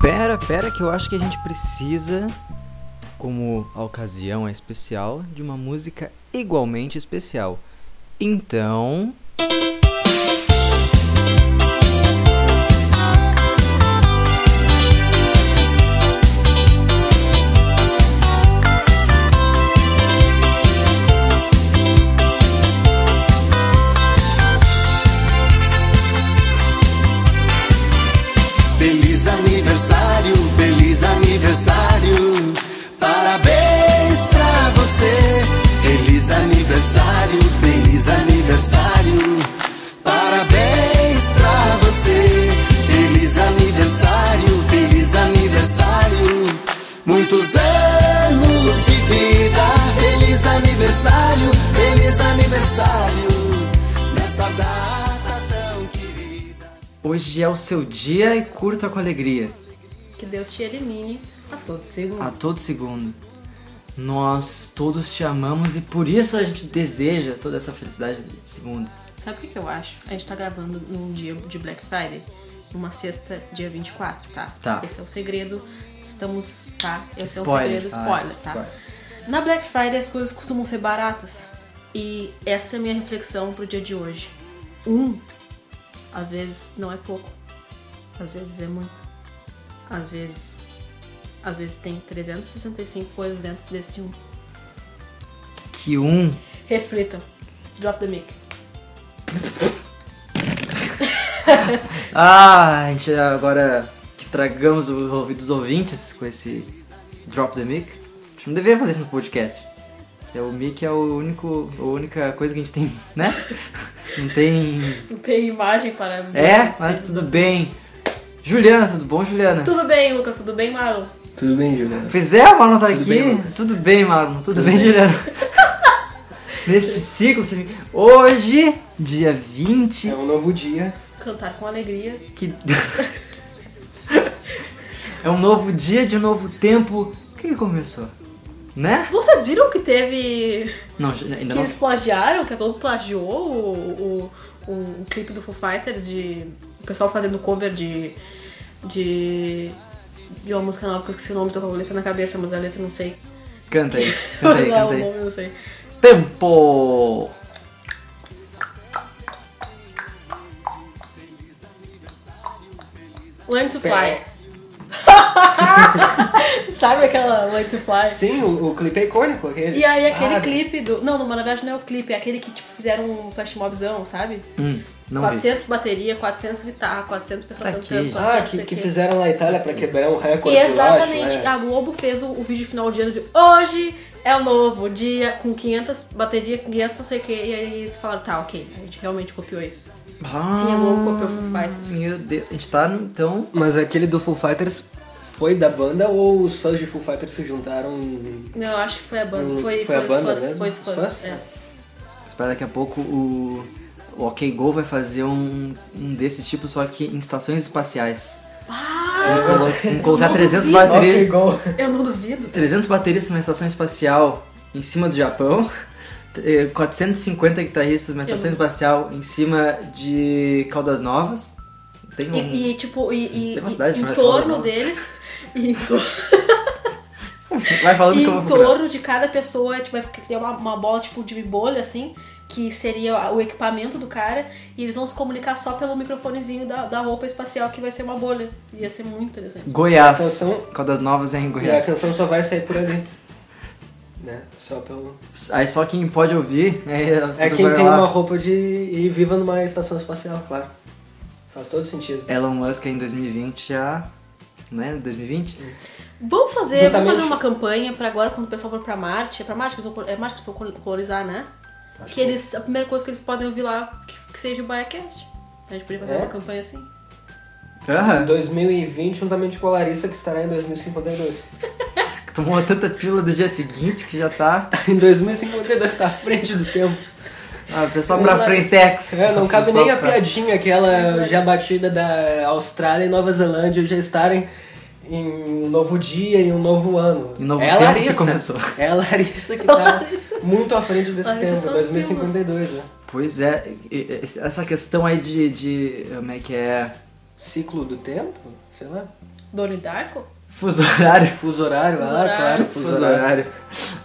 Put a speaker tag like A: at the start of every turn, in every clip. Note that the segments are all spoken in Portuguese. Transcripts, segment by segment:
A: Pera, pera, que eu acho que a gente precisa, como a ocasião é especial, de uma música igualmente especial. Então.
B: Feliz aniversário, feliz aniversário. Parabéns pra você. Feliz aniversário, feliz aniversário. Parabéns pra você. Feliz aniversário, feliz aniversário. Muitos anos de vida. Feliz aniversário, feliz aniversário. Nesta data tão querida.
A: Hoje é o seu dia e curta com alegria,
C: Que Deus te elimine a todo segundo.
A: a todo segundo. Nós todos te amamos e por isso a gente deseja toda essa felicidade desse mundo.
C: Sabe o que que eu acho? A gente tá gravando num dia de Black Friday, numa sexta, dia 24, tá?
A: Tá.
C: Esse é o segredo. Estamos, tá? Esse
A: Spoiler.
C: é o segredo,
A: Ah,
C: spoiler, tá?
A: spoiler.
C: Na Black Friday as coisas costumam ser baratas. E essa é a minha reflexão pro dia de hoje. Um, às vezes não é pouco. Às vezes é muito. Às vezes. Às vezes tem 365 coisas dentro desse um.
A: Que um.
C: Reflitam. Drop the mic.
A: Ah, a gente agora que estragamos os ouvidos dos ouvintes com esse drop the mic. A gente não deveria fazer isso no podcast. É, O mic é o único, a única coisa que a gente tem, né? Não tem.
C: Não tem imagem para.
A: É, mas tudo bem. Juliana, tudo bom, Juliana?
C: Tudo bem, Lucas, tudo bem, Marlon?
D: Tudo bem, Juliana?
A: Pois é, a Marlon tá
D: Tudo
A: aqui.
D: bem, Lucas?
A: tudo bem, Marlon. Tudo, bem, Juliana? Neste ciclo, você- hoje, dia 20,
D: É um novo dia.
C: Cantar com alegria.
A: que. é um novo dia de um novo tempo. O que que começou? Né?
C: Vocês viram que teve.
A: Não, ainda
C: que
A: não.
C: eles plagiaram, que a Globo plagiou o, o, um clipe do Foo Fighters de. O pessoal fazendo cover de. de. de uma música nova que eu esqueci o nome, tô com a letra na cabeça, mas a letra eu não sei.
A: Canta aí, canta aí,
C: Não,
A: canta
C: o
A: aí.
C: nome eu não sei.
A: Tempo!
C: Learn to Fly. Sabe aquela Learn to Fly?
D: Sim, o, o clipe é icônico. Aquele.
C: E aí aquele
D: Ah,
C: clipe do. Não, não, mas na verdade não é o clipe, é aquele que tipo, fizeram um flash mobzão, sabe?
A: Hum, não vi. Tá
C: 400 bateria, 400 guitarra, 400 pessoas
A: Pra
C: cantando.
A: quê?
C: 400
D: Ah,
C: não sei
D: que,
C: o
D: que
C: quê.
D: fizeram na Itália pra quebrar um recorde, eu
C: Exatamente.
D: acho, né?
C: A Globo fez o, o vídeo final de ano de hoje é o novo dia com 500 bateria, 500 não sei o que. E aí eles falaram, tá, ok, a gente realmente copiou isso.
A: Ah,
C: Sim, a Globo copiou Foo Fighters.
A: Meu Deus, a gente tá então.
D: Mas aquele do Foo Fighters foi da banda ou os fãs de Foo Fighters se juntaram?
C: Não, eu acho que foi a banda.
D: Hum,
C: Foi,
D: foi a
C: os
D: banda
C: fãs,
D: mesmo?
C: Foi os fãs.
D: Os fãs?
C: é.
A: Espera daqui a pouco o, o OK Go vai fazer um, um desse tipo, só que em estações espaciais. Vamos colo- vamos colocar 300
C: Ah, duvido.
A: baterias.
D: Ok, gol.
C: Eu não duvido.
A: 300 bateristas numa estação espacial em cima do Japão, eh, 450 guitarristas numa estação
C: Eu-
A: espacial em cima de Caldas Novas. Tem um...
C: E, e, tipo, e, e-
A: Tem uma cidade
C: e- em
A: chamada
C: torno
A: Caldas Novas.
C: deles. E em torno.
A: Vai falando
C: E
A: que eu vou
C: em
A: procurar.
C: torno de cada pessoa, tipo, vai criar uma, uma bola tipo de bolha, assim, que seria o equipamento do cara, e eles vão se comunicar só pelo microfonezinho da, da roupa espacial, que vai ser uma bolha. Ia ser muito interessante.
A: Goiás.
D: Atenção.
A: Caldas Novas é em
D: E a
A: Goiás.
D: canção só vai sair por ali. Né? Só pelo...
A: Aí só quem pode ouvir é,
D: É quem tem uma roupa de e viva numa estação espacial, claro. Faz todo sentido.
A: Elon Musk é em 2020 já. Né? 2020?
C: Vamos fazer, vamos
D: Exatamente.
C: fazer uma campanha pra agora, quando o pessoal for pra Marte, é pra Marte que eles vão, col- é Marte que eles vão col- colonizar, né? que eles, a primeira coisa que eles podem ouvir lá, que, que seja o Biacast. A gente podia fazer
D: É?
C: uma campanha assim.
D: Uhum.
A: Aham.
D: 2020, juntamente com a Larissa, que estará em 2052.
A: Tomou tanta pílula do dia seguinte que já tá.
D: em 2052 tá à frente do tempo.
A: Ah, pessoal pra
D: Mas-
A: Frentex.
D: É, não cabe
A: Pessoal
D: nem a
A: pra-
D: piadinha aquela já batida da Austrália e Nova Zelândia já estarem em um novo dia e um novo ano.
A: Em novo
D: é a
A: tempo que
D: Larissa.
A: começou.
D: É a Larissa que tá
C: Larissa.
D: muito à frente desse
C: Larissa
D: tempo,
C: são as
D: 2052, né?
A: Pois é, e- e- essa questão aí de, de. Como é que é?
D: Ciclo do tempo? Sei lá.
C: Donnie Darko?
A: Fuso horário.
D: Fuso horário,
C: Fuso
D: ah,
C: horário.
D: claro, fuso,
A: Fuso
D: horário.
A: horário.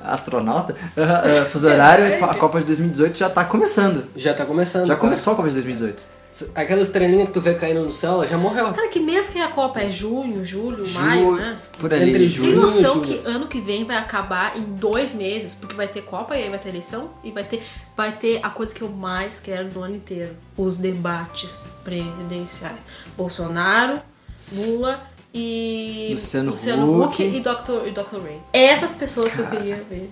A: Astronauta? Ah, ah, Fuso horário,
C: Verdade.
A: a Copa de 2018 já tá começando.
D: Já tá começando.
A: Já
D: cara.
A: começou a Copa de 2018.
D: Aquela estrelinha que tu vê caindo no céu, ela já morreu.
C: Cara, que mês que é a Copa? É junho, julho,
A: Ju-
C: maio, né?
A: Por ali.
D: Entre
C: Tem
D: julho.
C: noção
A: né?
D: julho.
C: que ano que vem vai acabar em dois meses, porque vai ter Copa e aí vai ter eleição e vai ter, vai ter a coisa que eu mais quero do ano inteiro: os debates presidenciais. Bolsonaro, Lula e
A: Luciano Huck.
C: Huck, e, Dr., e Dr. Ray. Essas pessoas que eu queria ver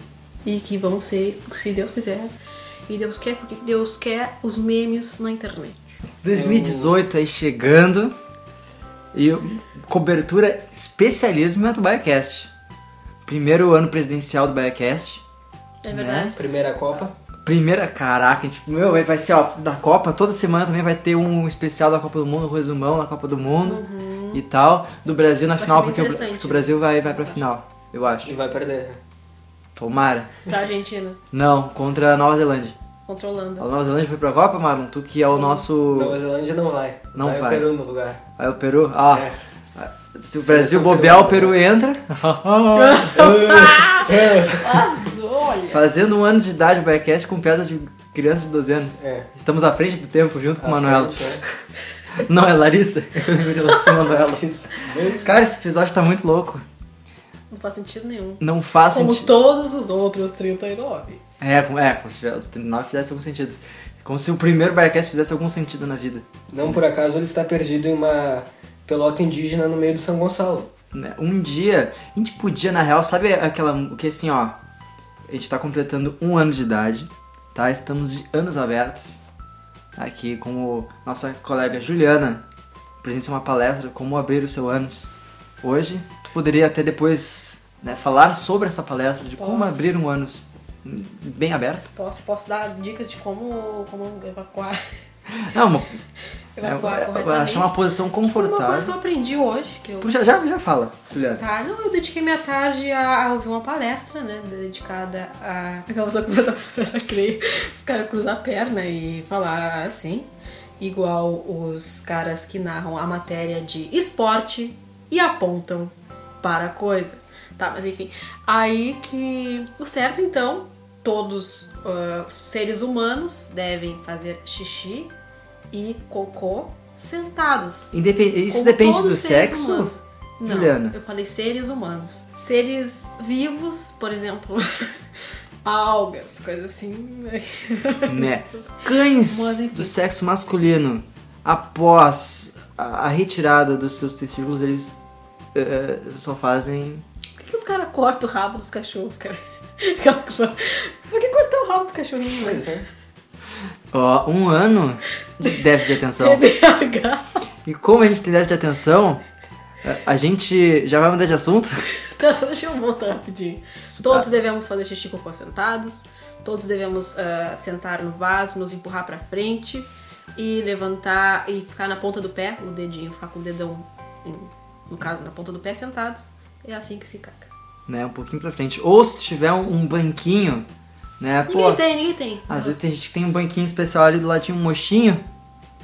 C: e que vão ser, se Deus quiser. E Deus quer, porque Deus quer os memes na internet.
A: 2018 aí chegando. E cobertura especialíssima do BaiaCast. Primeiro ano presidencial do BaiaCast.
C: É verdade.
D: Primeira Copa.
A: Primeira, caraca, tipo, meu, vai- vai ser, ó, da Copa, toda semana também vai ter um especial da Copa do Mundo, um resumão na Copa do Mundo e tal. Do Brasil na
C: Uhum. Vai
A: final,
C: ser bem
A: porque o, Bra-
C: interessante.
A: o Brasil vai, vai pra final, eu
D: E
A: acho.
D: vai perder.
A: Tomara.
C: Pra Tá, Argentina,
A: Não, contra a Nova Zelândia. A
C: controlando.
A: Nova Zelândia foi pra Copa, Marlon? Tu que é o
D: Nova
A: nosso.
D: Zelândia não vai.
A: Não
D: vai.
A: vai.
D: o Peru no lugar.
A: Aí o Peru. Ah,
D: É.
A: se o
D: Seleção
A: Brasil bobear, o Peru
D: peruana.
A: entra.
C: Mas olha!
A: Fazendo um ano de idade o Bearcast com pedras de criança de 12 anos.
D: É.
A: Estamos à frente do tempo junto com
D: À
A: o Manuela.
D: frente,
A: Não, é Larissa? Eu lembrei de Larissa Manoela.
D: né?
A: Cara, esse episódio tá muito louco.
C: Não faz sentido nenhum.
A: Não faz
C: Como
A: sentido.
C: todos os outros 39.
A: É, como, é, como se tivesse- os 39 fizesse algum sentido. Como se o primeiro Biocast fizesse algum sentido na vida.
D: Não por acaso ele está perdido em uma pelota indígena no meio de São Gonçalo.
A: né? Um dia, a gente podia, na real, sabe aquela. O que assim, ó. A gente tá completando um ano de idade, tá? Estamos de anos abertos. tá? Aqui, como nossa colega Juliana presenciou uma palestra como abrir o seu ânus. Hoje, tu poderia até depois né, falar sobre essa palestra, de como
C: Posso.
A: abrir um ânus bem aberto.
C: Posso, posso dar dicas de como, como evacuar,
A: É uma,
C: evacuar
A: é-
C: corretamente?
A: é- achar uma posição
C: Tipo, Uma coisa que
A: confortável.
C: eu aprendi hoje, que eu...
A: Puxa, já, já fala, Juliana.
C: Tá, não, eu dediquei minha tarde a, a ouvir uma palestra, né, dedicada a... Aquelas coisas para crer, os caras cruzar a perna e falar assim, igual os caras que narram a matéria de esporte e apontam para a coisa. Tá, mas enfim. Aí que o certo, então, todos ah, os seres humanos devem fazer xixi e cocô sentados.
A: Independ- Isso
C: Como
A: depende
C: todos
A: do
C: os seres
A: sexo?
C: humanos. Não,
A: Juliana?
C: eu falei seres humanos. Seres vivos, por exemplo, algas, coisa assim. né?
A: né? Cães
C: Mas, enfim.
A: do sexo masculino, após a, a retirada dos seus testículos, eles eh, só fazem.
C: Por que, que os caras cortam o rabo dos cachorros, cara? Por que cortar o rabo do cachorrinho? mano?
D: Pois é.
A: Ó, um ano de déficit de
C: É
A: atenção.
C: TDAH.
A: E como a gente tem déficit de atenção, eh, a gente já vai mudar de assunto.
C: Tá, só deixa eu voltar rapidinho. Todos devemos fazer xixi e cocô sentados. Todos devemos ah, sentar no vaso, nos empurrar pra frente e levantar e ficar na ponta do pé, o dedinho, ficar com o dedão, em- no caso, na ponta do pé sentados. É assim que se caca.
A: Né, um pouquinho pra frente. Ou se tiver um, um banquinho, né?
C: Ninguém
A: Pô,
C: tem, ninguém tem.
A: às vezes tem gente que tem um banquinho especial ali do lado de um mochinho.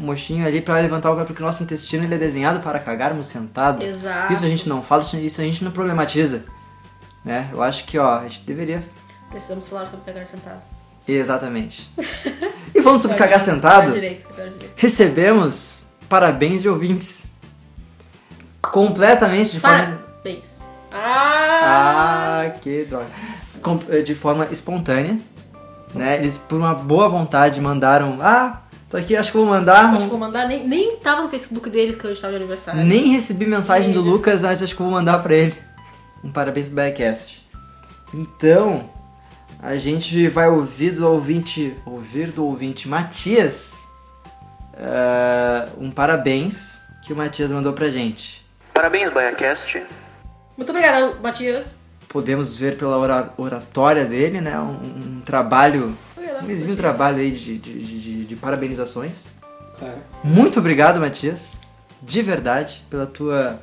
A: Um mochinho ali pra levantar o pé, porque o nosso intestino ele é desenhado para cagarmos sentado.
C: Exato.
A: Isso a gente não fala, isso a gente não problematiza. Né? Eu acho que, ó, a gente deveria.
C: Precisamos falar sobre cagar sentado.
A: Exatamente. E falando sobre cagar sentado,
C: Cagar direito, cagar direito.
A: recebemos parabéns de ouvintes. Completamente de forma.
C: Parabéns. Ah!
A: Ah, que droga. Com- eh, De forma espontânea. Né? Eles, por uma boa vontade, mandaram. Ah, tô aqui, acho que vou mandar. um
C: Acho que vou mandar, nem, nem tava no Facebook deles que eu estava de aniversário.
A: Nem recebi mensagem do
C: Eles.
A: Lucas, mas acho que eu vou mandar pra ele. Um parabéns pro Backcast. Então, a gente vai ouvir do ouvinte, ouvir do ouvinte Matias eh, um parabéns que o Matias mandou pra gente.
E: Parabéns, BaiaCast.
C: Muito obrigada, Matias.
A: Podemos ver pela ora- oratória dele, né? Um, um trabalho, um exímio trabalho aí de- de- de- de- de parabenizações.
D: Claro.
A: Muito obrigado, Matias, de verdade, pela tua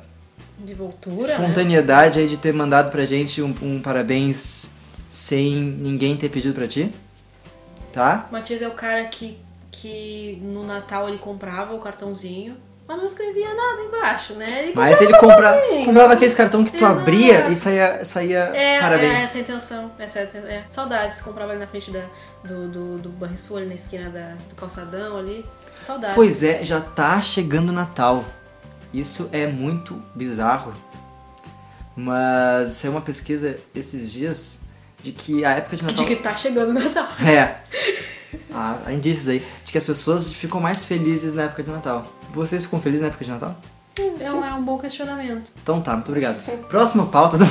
C: De voltura, né?
A: espontaneidade aí de ter mandado pra gente um, um parabéns sem ninguém ter pedido pra ti. Tá?
C: Matias é o cara que, que no Natal ele comprava o cartãozinho. Mas não escrevia nada embaixo, né? Ele
A: Mas ele
C: comprava
A: compra,
C: papelzinho.
A: comprava aqueles cartão que tu
C: assim? Exato.
A: abria e saía, saía
C: É, é,
A: parabéns.
C: essa é a intenção. Essa é, a inten- é. Saudades, comprava ali na frente da, do, do, do Banrisul, ali na esquina da- do calçadão ali. Saudades.
A: Pois é, já tá chegando o Natal. Isso é muito bizarro. Mas saiu uma pesquisa esses dias de que a época de Natal.
C: De que tá chegando o Natal.
A: É. Ah, há indícios aí. De que as pessoas ficam mais felizes na época de Natal. Vocês ficam felizes na época de Natal?
C: É um, é um bom questionamento.
A: Então tá, muito obrigado. Próxima pauta. do-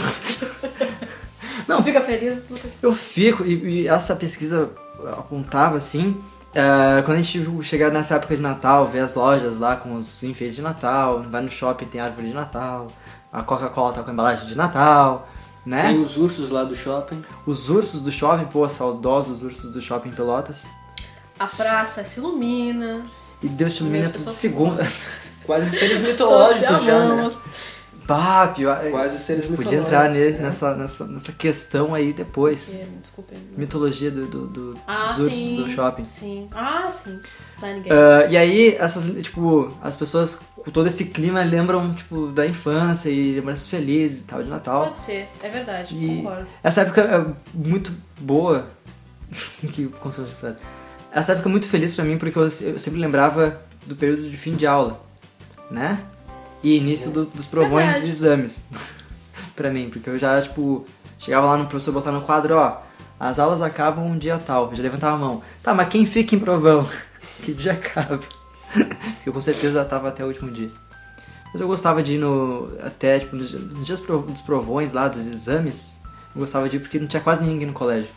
A: Não.
C: Tu fica feliz, Lucas?
A: Eu fico, e, e essa pesquisa apontava assim. eh, quando a gente chegar nessa época de Natal, ver as lojas lá com os enfeites de Natal, vai no shopping, tem árvore de Natal, a Coca-Cola tá com a embalagem de Natal, né?
D: Tem os ursos lá do shopping.
A: Os ursos do shopping, pô, saudosos ursos do shopping Pelotas.
C: A praça se ilumina.
A: E Deus te ilumina
C: As
A: tudo
C: pessoas-
A: segunda.
D: Quase seres
C: nós
D: mitológicos
C: se
D: já, né?
C: amamos.
A: Pá, pior. é,
D: Quase seres mitológicos.
A: Podia entrar ne-
D: né?
A: nessa, nessa, nessa questão aí depois.
C: É, Desculpa. não.
A: Mitologia do, do- do-
C: Ah,
A: dos ursos
C: sim.
A: do shopping.
C: Sim. Ah, sim. Tá ninguém.
A: Ah, e aí, essas, tipo, as pessoas com todo esse clima lembram, tipo, da infância e lembranças felizes e tal, de Natal.
C: Pode ser, é verdade,
A: E-
C: concordo.
A: Essa época é muito boa. que conselho de frase. Essa época é muito feliz pra mim porque eu, se- eu sempre lembrava do período de fim de aula, né? E início do- dos provões
C: Verdade.
A: de exames. pra mim, porque eu já, tipo, chegava lá no professor botar no quadro, ó, as aulas acabam um dia tal. Eu já levantava a mão. Tá, mas quem fica em provão? que dia acaba? porque eu com certeza tava até o último dia. Mas eu gostava de ir no. Até, tipo, nos, nos dias pro- dos provões lá, dos exames, eu gostava de ir porque não tinha quase ninguém no colégio.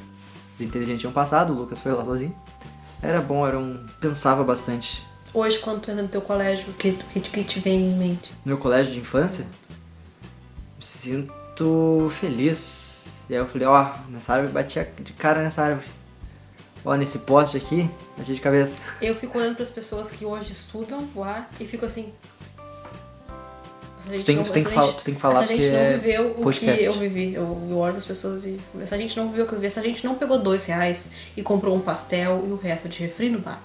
A: Os inteligentes tinham passado, o Lucas foi lá sozinho. Era bom, era um. pensava bastante.
C: Hoje, quando tu entra no teu colégio, o que, o que, o que te vem em mente?
A: No meu colégio de infância, me sinto feliz. E aí eu falei, ó, nessa árvore, batia de cara nessa árvore. Ó, nesse poste aqui, bati de cabeça.
C: Eu fico olhando pras pessoas que hoje estudam lá e fico assim.
A: Tu tem- tu tem que fal- tu tem que falar
C: Se a gente
A: porque
C: não
A: é
C: viveu o
A: podcast.
C: que eu vivi, eu, eu olho pras pessoas e. Se a gente não viveu o que eu vivi, se a gente não pegou dois reais e comprou um pastel e o resto de refri no bar.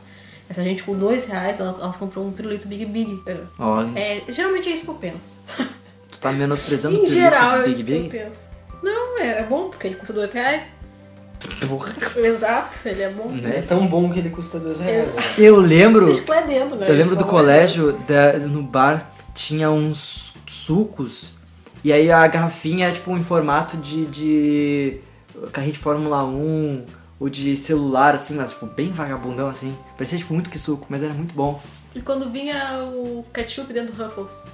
C: Essa gente com dois reais, ela- elas comprou um pirulito Big Big.
A: Ó,
C: É, geralmente é isso que eu penso.
A: tu tá menosprezando o
C: Em geral, é
A: Big
C: isso que eu
A: Big?
C: penso. Não, é, é bom, porque ele custa dois reais.
A: Porra,
C: Exato, ele é bom.
A: né?
D: É tão bom que ele custa dois reais. né?
A: Eu lembro.
C: Deixa que lá dentro, né?
A: Eu lembro
C: Tipo,
A: do colégio, da- no bar tinha uns sucos, e aí a garrafinha era tipo em formato de, de carrinho de Fórmula 1 ou de celular, assim, mas tipo bem vagabundão assim. Parecia tipo muito que suco, mas era muito bom.
C: E quando vinha o ketchup dentro do Ruffles?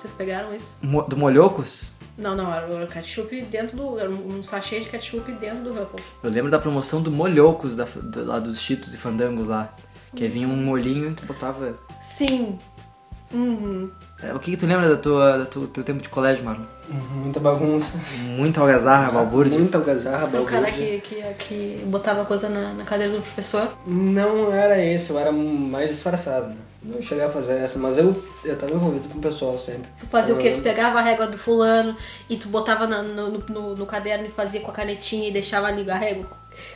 C: Vocês pegaram isso?
A: Mo- do Molhocos,
C: Não, não, era o ketchup dentro do. Era um sachê de ketchup dentro do Ruffles.
A: eu lembro da promoção do Molhocos da, do- lá dos Cheetos e Fandangos lá. Que vinha um molhinho e tu botava.
C: Sim. Uhum.
A: É, O que, que tu lembra da tua, da tu- teu tempo de colégio, mano?
D: Muita bagunça.
A: Muita
D: Ah,
A: algazarra, É balbúrdia.
D: Muita algazarra,
A: Tá
C: Era o
D: balbúrdia.
C: um cara que, que, que botava coisa na, na cadeira do professor.
D: Não era esse, eu era mais disfarçado. Não cheguei a fazer essa, mas eu, eu tava envolvido com o pessoal sempre.
C: Tu fazia o quê?
D: Eu-
A: Uhum.
C: Tu pegava a régua do fulano e tu botava na- no, no- no- no caderno e fazia com a canetinha e deixava ali a régua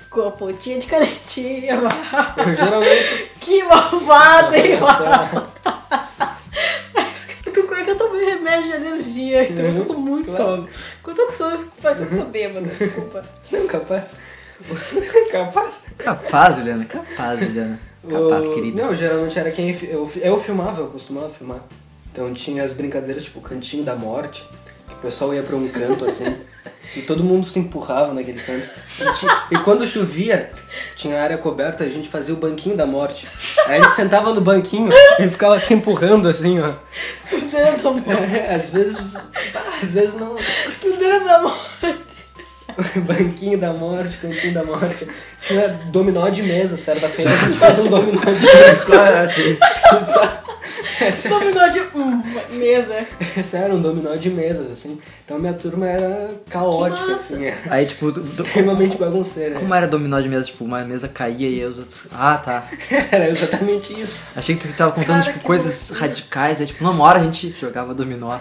C: com a pontinha de canetinha.
D: Eu geralmente.
C: Que malvado, hein,
D: Nossa.
C: Mas Como é que eu tomei remédio de alergia? Então eu tô com muito sono. Quando eu tô com sono, eu fico parecendo que eu tô bêbada, desculpa.
D: Não, capaz. capaz.
A: Capaz, Juliana, capaz, Juliana. Capaz,
D: Eu-
A: querida.
D: Não, geralmente era quem. fi- Eu, fi- eu filmava, eu costumava filmar. Então tinha as brincadeiras tipo Cantinho da Morte, que o pessoal ia pra um canto assim, e todo mundo se empurrava naquele canto. E, ti- e quando chovia, tinha a área coberta, a gente fazia o banquinho da morte. Aí ele sentava no banquinho e ficava se empurrando assim, ó.
C: Tu dedo da morte.
D: Às vezes. Às vezes não.
C: Tu dedo da morte.
D: Banquinho da morte, cantinho da morte. Tinha dominó de mesa, certa-feira a gente faz um dominó de mesa.
A: Claro, eu achei.
D: Essa-
C: Dominou de hum, mesa.
D: Esse era um dominó de mesas, assim. Então minha turma era
C: Que
D: caótica,
C: massa.
D: assim. Era
A: Aí, tipo, do- do-
D: extremamente bagunceira.
A: como era dominó de mesa? Tipo, uma mesa caía e os outros. Ah, tá.
D: Era exatamente isso.
A: Achei que tu tava contando,
C: Cara,
A: tipo,
C: que
A: coisas radicais. Aí, tipo, numa hora a gente jogava dominó.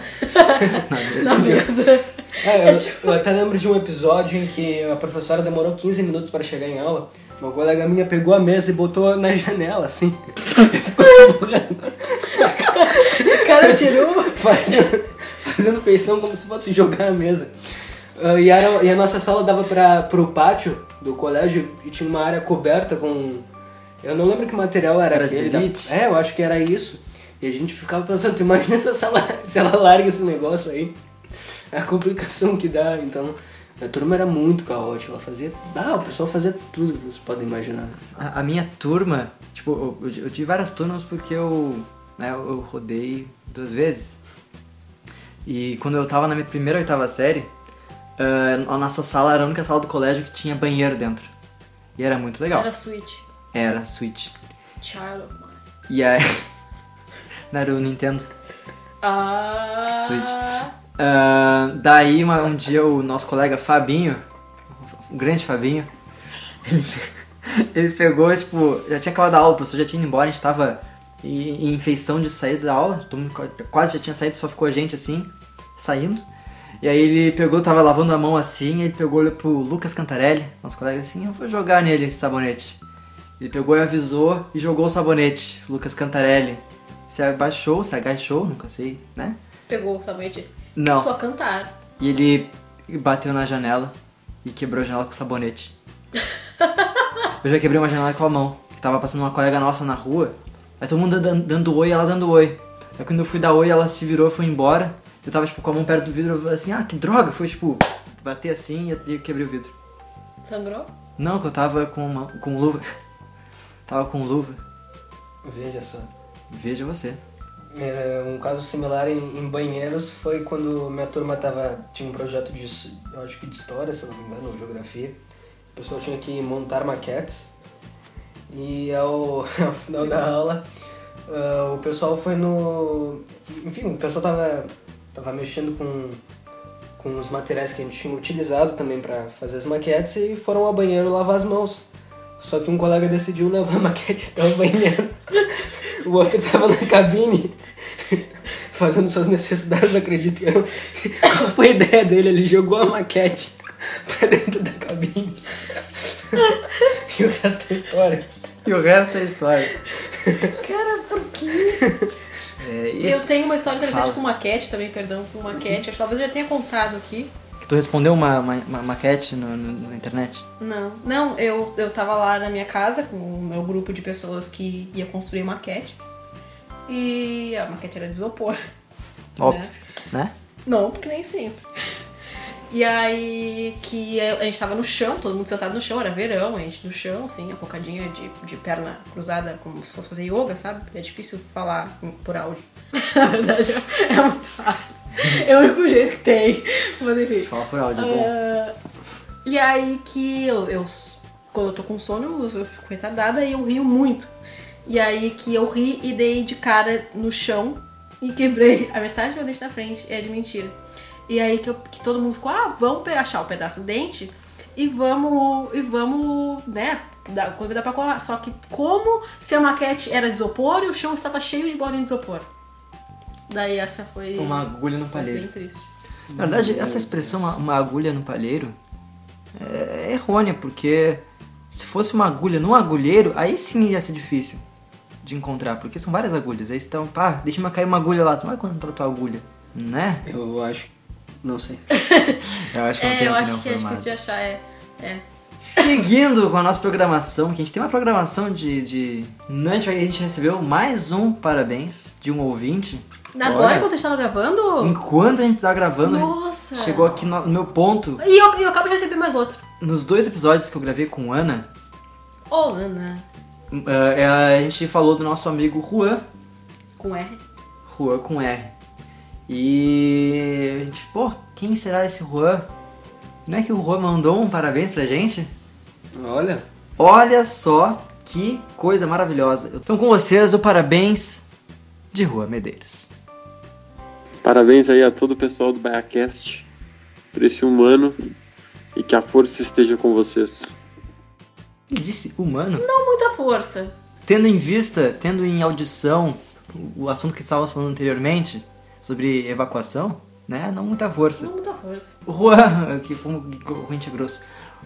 C: Na mesa.
D: É, eu, eu até lembro de um episódio em que a professora demorou 15 minutos pra chegar em aula. Uma colega minha pegou a mesa e botou na janela, assim.
A: cara tirou.
D: fazendo, fazendo feição como se fosse jogar a mesa. Ah, e, era- e a nossa sala dava pra, pro pátio do colégio e tinha uma área coberta com. Eu não lembro que material era aquele. da-
A: Brasilite?
D: É, eu acho que era isso. E a gente ficava pensando, tu imagina se, essa sala, se ela larga esse negócio aí. É A complicação que dá, então. A turma era muito caótica, ela fazia. Ah, o pessoal fazia tudo que vocês podem imaginar.
A: A, a minha turma, tipo, eu, eu- eu tive várias turmas porque eu, né, eu eu rodei duas vezes. E quando eu tava na minha primeira oitava série, ah, a nossa sala era a única sala do colégio que tinha banheiro dentro. E era muito legal.
C: Era Switch.
A: Era suíte.
C: Child of mine.
A: E aí. Não era o Nintendo.
C: Ah.
A: Switch. Ah, daí uma- um dia o nosso colega Fabinho, o grande Fabinho, ele, ele pegou, tipo, já tinha acabado a aula, o professor já tinha ido embora, a gente tava em, em feição de sair da aula, todo mundo qua- quase já tinha saído, só ficou a gente assim, saindo. E aí ele pegou, tava lavando a mão assim, ele pegou, olhou pro Lucas Cantarelli, nosso colega, assim, eu vou jogar nele esse sabonete. Ele pegou e avisou e jogou o sabonete, Lucas Cantarelli. Se abaixou, se agachou, nunca sei, né?
C: Pegou o sabonete.
A: Não.
C: Só cantar.
A: E ele bateu na janela e quebrou a janela com sabonete. Eu já quebrei uma janela com a mão, que tava passando uma colega nossa na rua. Aí todo mundo dan- dando oi, ela dando oi. Aí quando eu fui dar oi, ela se virou e foi embora. Eu tava tipo com a mão perto do vidro, eu falei assim, ah, que droga! Foi tipo, bater assim e e quebrei o vidro.
C: Sangrou?
A: Não, que eu tava com uma, com luva. tava com luva.
D: Veja só.
A: Veja você.
D: É, Um caso similar em, em banheiros foi quando minha turma tava, tinha um projeto de, his- eu acho que de história, se não me engano, ou geografia. O pessoal tinha que montar maquetes. E ao, ao final da aula, ah, o pessoal foi no... Enfim, o pessoal tava, tava mexendo com, com os materiais que a gente tinha utilizado também para fazer as maquetes e foram ao banheiro lavar as mãos. Só que um colega decidiu levar a maquete até o banheiro. O outro tava na cabine fazendo suas necessidades, acredito eu. Qual foi a ideia dele? Ele jogou a maquete pra dentro da cabine. E o resto é história.
A: E o resto é história.
C: Cara, por quê?
A: É
C: Eu
A: isso.
C: tenho uma história interessante
A: Fala.
C: com maquete também, perdão, com maquete. Acho que Talvez eu já tenha contado aqui.
A: Que tu respondeu uma, uma, uma maquete no- no- na internet?
C: Não, não, eu, eu tava lá na minha casa com o meu grupo de pessoas que ia construir maquete. E a maquete era de isopor.
A: Óbvio,
C: Né?
A: né?
C: Não, porque nem sempre. E aí que a gente tava no chão, todo mundo sentado no chão, era verão, a gente no chão, assim, a cocadinha de, de perna cruzada, como se fosse fazer yoga, sabe? É difícil falar em- por áudio. Na verdade, é é muito fácil. É o único jeito que tem. Mas enfim.
A: Fala por áudio, é bom.
C: Ah, e aí que eu, eu- quando eu tô com sono, eu, eu fico retardada e eu rio muito. E aí que eu ri e dei de cara no chão e quebrei a metade do meu dente na frente. É de mentira. E aí que, eu- que todo mundo ficou, ah, vamos pe- achar o pedaço do dente e vamos, e vamos, né, dar- convidar pra colar. Só que como se a maquete era de isopor e o chão estava cheio de bolinha de isopor. Daí essa foi...
A: Uma agulha no
C: foi bem
A: palheiro.
C: triste.
A: Na verdade, essa expressão, uma, uma agulha no palheiro, é, é errônea, porque se fosse uma agulha num agulheiro, aí sim ia ser difícil de encontrar, porque são várias agulhas. Aí estão, pá, deixa eu cair uma agulha lá, tu não vai encontrar tua agulha, né?
D: Eu acho. Não sei.
A: Eu acho um que não
C: É,
A: tem
C: eu
A: opinião
C: acho que é
A: formada.
C: difícil de achar, é. é.
A: Seguindo com a nossa programação, que a gente tem uma programação de. de... Não, a gente vai- a gente recebeu mais um parabéns de um ouvinte.
C: Agora
A: Olha,
C: enquanto a gente tava gravando?
A: Enquanto a gente tá gravando,
C: Nossa!
A: chegou aqui no no meu ponto.
C: E eu, e eu acabo de receber mais outro.
A: Nos dois episódios que eu gravei com Ana,
C: Ô, Ana.
A: uh, é, a gente falou do nosso amigo Juan,
C: Com R.
A: Juan com R. E a gente, pô, quem será esse Juan? Não é que o Juan mandou um parabéns pra gente?
D: Olha.
A: Olha só que coisa maravilhosa. Então com vocês o parabéns de Juan Medeiros.
E: Parabéns aí a todo o pessoal do BaiaCast por esse humano e que a força esteja com vocês.
A: Ele disse humano.
C: Com muita força.
A: Tendo em vista, tendo em audição o- o assunto que estávamos falando anteriormente sobre evacuação, né? Não muita força.
C: Com muita força.
A: Juan, que como como a gente é grosso.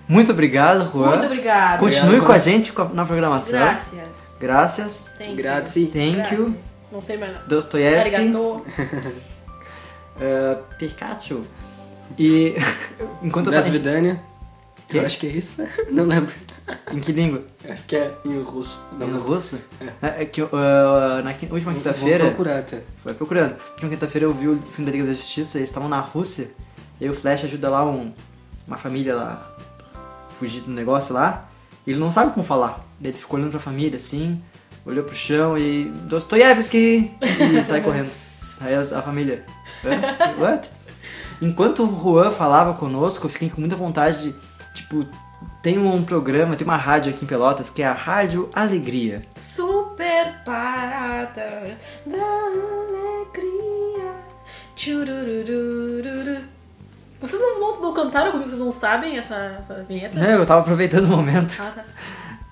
A: Muito obrigado, Juan.
C: Muito obrigada.
A: Continue
D: Obrigado,
A: com a gente com a- na programação.
C: Graças.
A: Graças.
C: Thank you.
D: Grazie.
A: Thank you.
C: Grazie. Não sei mais nada.
A: Dostoiévski,
C: Arigato.
A: eh, Pikachu. E enquanto eu tava...
D: Das Vidania.
A: Que?
D: tá? Eu acho que é isso. Não lembro.
A: Em que língua?
D: Acho que é em russo. Não
A: no
D: lembro.
A: russo? É, é que eh, na quin- última
D: Vou
A: quinta-feira...
D: procurar até.
A: Foi procurando. Última quinta-feira eu vi o filme da Liga da Justiça, eles estavam na Rússia, e aí o Flash ajuda lá um, uma família lá fugir do negócio lá, e ele não sabe como falar. Daí ele ficou olhando pra família assim, olhou pro chão e. Dostoiévski! E sai correndo. Aí as- a, família. "Hã? What? Enquanto o Juan falava conosco, eu fiquei com muita vontade de. Tipo, tem um programa, tem uma rádio aqui em Pelotas que é a Rádio Alegria.
C: Super parada da alegria. Tchurururururu. Vocês não, não, não cantaram comigo, vocês não sabem essa, essa vinheta?
A: Não, Né, eu tava aproveitando o momento.
C: Ah, tá.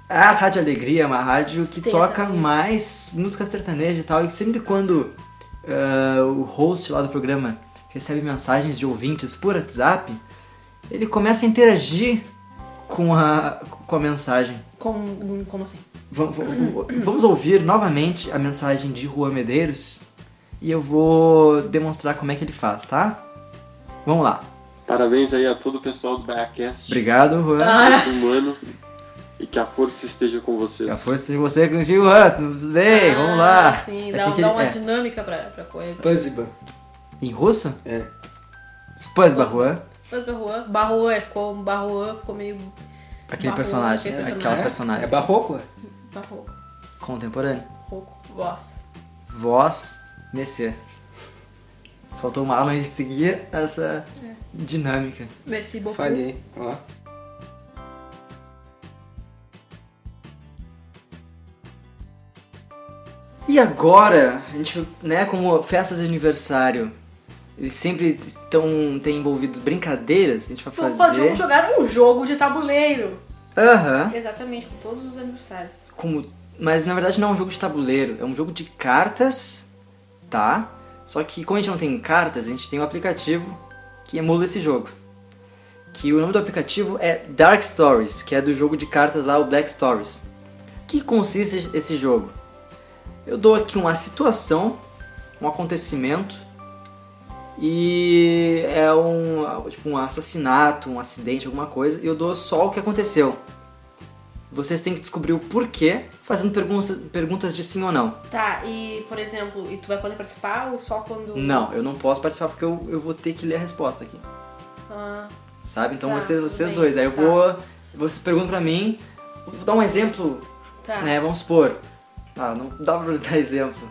A: A Rádio Alegria é uma rádio que
C: Tem
A: toca
C: essa-
A: mais música sertaneja e tal. E sempre quando ah, o host lá do programa recebe mensagens de ouvintes por WhatsApp, ele começa a interagir com a, com a mensagem.
C: Como, como assim?
A: Vam- vam- Vamos ouvir novamente a mensagem de Juan Medeiros e eu vou demonstrar como é que ele faz, tá? Vamos lá.
E: Parabéns aí a todo o pessoal do Baiacast.
A: Obrigado, Juan.
C: Ah.
E: Preço humano. E que a força esteja com vocês.
A: A força de você contigo, Juan. Tudo bem? Vamos lá.
C: Ah, Sim,
A: É
C: dá,
A: assim que
C: dá
A: ele-
C: uma
A: é.
C: dinâmica pra, pra coisa.
D: Spazba.
A: Em russo?
D: É.
A: Spazba, Juan.
C: Mas Barroa, Barroa é como Barroa ficou meio
A: Aquele
C: Barroco,
A: personagem,
C: aquele
A: aquela
C: personagem.
A: personagem.
D: É barroco? é?
C: né? barroco,
A: Contemporâneo.
C: rouco, voz.
A: Voz, Messier. Faltou uma aula a gente seguir essa
C: É.
A: dinâmica.
C: Merci beaucoup.
D: Falhei. Ó.
A: E agora, a gente, né, como festas de aniversário, eles sempre estão tem envolvidos brincadeiras, a gente vai
C: Então, pode- Vamos
A: fazer.
C: jogar um jogo de tabuleiro.
A: Aham.
C: Exatamente, com todos os aniversários.
A: Como mas na verdade não é um jogo de tabuleiro, é um jogo de cartas, tá? Só que como a gente não tem cartas, a gente tem um aplicativo que emula esse jogo. Que o nome do aplicativo é Dark Stories, que é do jogo de cartas lá, o Black Stories. Que consiste esse jogo? Eu dou aqui uma situação, um acontecimento e é um tipo um assassinato, um acidente, alguma coisa. E eu dou só o que aconteceu. Vocês têm que descobrir o porquê, fazendo perguntas, perguntas de sim ou não.
C: Tá, e por exemplo, e tu vai poder participar ou só quando.
A: Não, eu não posso participar porque eu, eu vou ter que ler a resposta aqui.
C: Ah,
A: Sabe? Então
C: Tá,
A: vocês,
C: tudo
A: vocês
C: bem.
A: dois. Aí eu
C: Tá.
A: vou. Vocês perguntam pra mim. Vou dar um exemplo,
C: tá.
A: né? Vamos supor. Ah, não dá pra dar exemplo.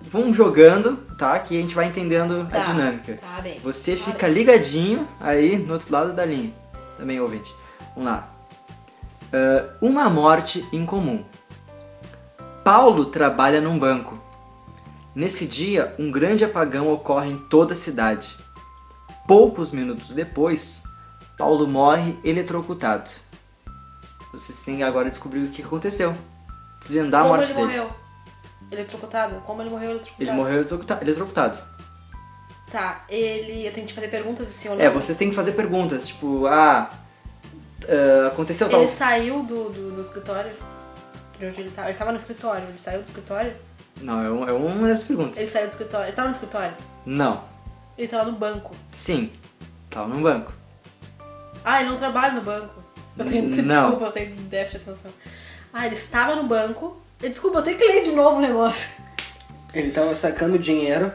A: Vamos jogando, tá? Que a gente vai entendendo
C: Tá,
A: a dinâmica.
C: Tá bem.
A: Você fica ligadinho aí no outro lado da linha. Também, ouvinte. Vamos lá. Ah, uma morte em comum. Paulo trabalha num banco. Nesse dia, um grande apagão ocorre em toda a cidade. Poucos minutos depois, Paulo morre eletrocutado. Vocês têm que agora descobrir o que aconteceu. Desvendar a
C: Como
A: morte
C: ele
A: dele.
C: morreu? Eletrocutado? Como ele morreu eletrocutado?
A: Ele morreu eletrocuta- eletrocutado.
C: Tá, ele. Eu tenho que te fazer perguntas assim ou não?
A: É, vocês têm que fazer perguntas, tipo, ah, ah, aconteceu tal.
C: Ele saiu do, do, do escritório? De onde ele tava? Ele tava no escritório, ele saiu do escritório?
A: Não, é, um- é uma das perguntas.
C: Ele saiu do escritório. Ele tava no escritório?
A: Não,
C: Ele tava no banco.
A: sim, tava num banco.
C: Ah, ele não trabalha no banco. Eu tenho que.
A: Não.
C: Desculpa, eu tenho que deixar atenção. Ah, ele estava no banco. Eu- Desculpa, eu tenho que ler de novo o negócio.
D: Tá, Ele tava sacando dinheiro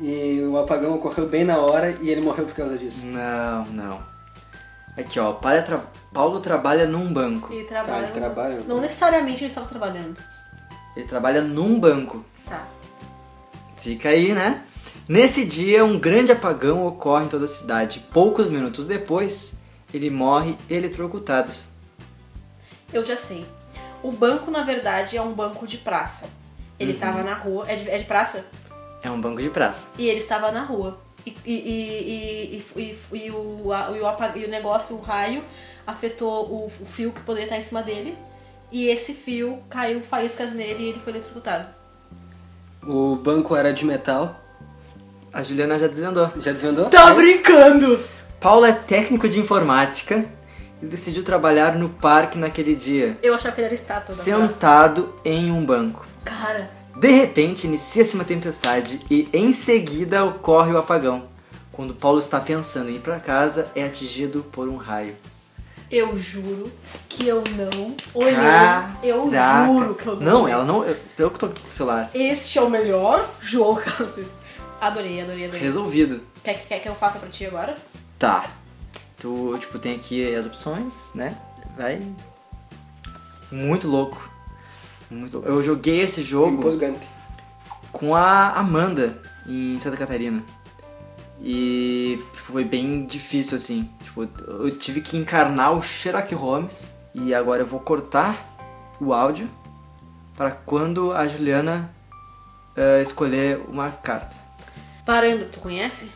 D: e o apagão ocorreu bem na hora e ele morreu por causa disso.
A: Não, não. Aqui, ó, para tra- Paulo trabalha num banco.
C: Ele trabalha.
D: ele
C: no banco.
D: trabalha no
C: Não
D: banco.
C: necessariamente ele estava trabalhando.
A: Ele trabalha num banco.
C: Tá.
A: Fica aí, né? Nesse dia, um grande apagão ocorre em toda a cidade. Poucos minutos depois, ele morre eletrocutado.
C: Eu já sei. O banco, na verdade, é um banco de praça. Ele estava na rua. É de, é de praça?
A: É um banco de praça.
C: E ele estava na rua. E, e, e, e, e, e, e o, a- e, o, apa- e o negócio, o raio, afetou o, o fio que poderia estar em cima dele. E esse fio caiu faíscas nele e ele foi eletrocutado.
D: O banco era de metal.
A: A Juliana já desvendou.
D: Já desvendou?
A: Tá brincando! Paulo é técnico de informática e decidiu trabalhar no parque naquele dia,
C: Eu achava que ele era estátua da praça.
A: sentado em um banco.
C: Cara,
A: De repente, inicia-se uma tempestade e em seguida ocorre o apagão. Quando Paulo está pensando em ir para casa, é atingido por um raio.
C: Eu juro que eu não olhei. eu
A: Caraca.
C: juro que eu não
A: Não,
C: olhei.
A: ela não. Eu, eu que tô com o celular.
C: Este é o melhor jogo. adorei, adorei, adorei.
A: Resolvido.
C: Quer, que- quer que eu faça pra ti agora?
A: Tá. Tu, tipo, tem aqui as opções, né? Vai. Muito louco. Muito louco. Eu joguei esse jogo
D: Empolgante.
A: com a Amanda em Santa Catarina. E tipo, foi bem difícil, assim. Tipo, eu tive que encarnar o Sherlock Holmes. E agora eu vou cortar o áudio para quando a Juliana eh, escolher uma carta.
C: Varanda, tu conhece?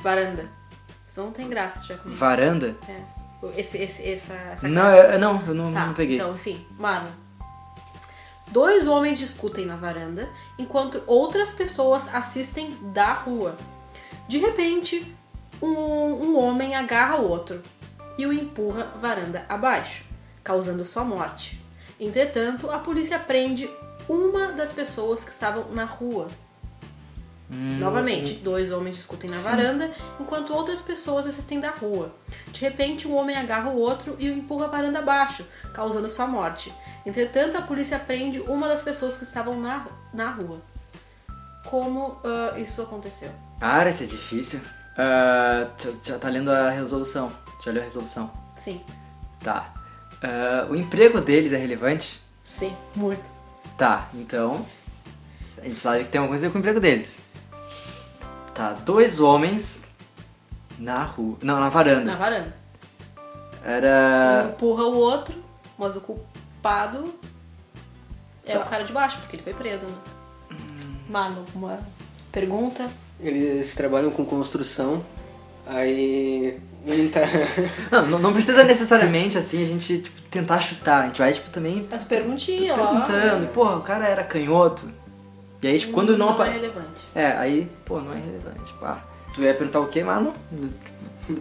C: Varanda. Isso não tem graça, já conhece.
A: Varanda?
C: É. Esse, esse, essa, essa
A: Não, eu, eu não, eu não,
C: Tá,
A: não peguei.
C: então, enfim. Mano, dois homens discutem na varanda enquanto outras pessoas assistem da rua. De repente, um, um homem agarra o outro e o empurra varanda abaixo, causando sua morte. Entretanto, a polícia prende uma das pessoas que estavam na rua. Novamente, dois homens discutem na varanda, enquanto outras pessoas assistem da rua. De repente, um homem agarra o outro e o empurra a varanda abaixo, causando sua morte. Entretanto, a polícia prende uma das pessoas que estavam na, na rua. Como ah, isso aconteceu?
A: Cara, isso é difícil. Ah, tu- tu já tá lendo a resolução. Já leu a resolução.
C: Sim,
A: Tá. Ah, o emprego deles é relevante?
C: sim, muito.
A: Tá, então. A gente sabe que tem alguma coisa a ver com o emprego deles. Tá, dois homens na rua. Não, na
C: Na
A: varanda.
C: varanda. Um
A: Era.
C: empurra o outro, mas o culpado é o cara de baixo, porque ele foi preso, né? Mano, uma pergunta?
D: Eles trabalham com construção, aí. um tá-
A: Não, não- não precisa necessariamente assim a gente tipo, tentar chutar. A gente vai, tipo, também
C: As perguntinhas, ó.
A: perguntando. Porra, o cara era canhoto. E aí, tipo, quando não,
C: não
A: apa-
C: é relevante.
A: É, aí, pô, não é relevante. Pá. Tu ia perguntar o quê, mano?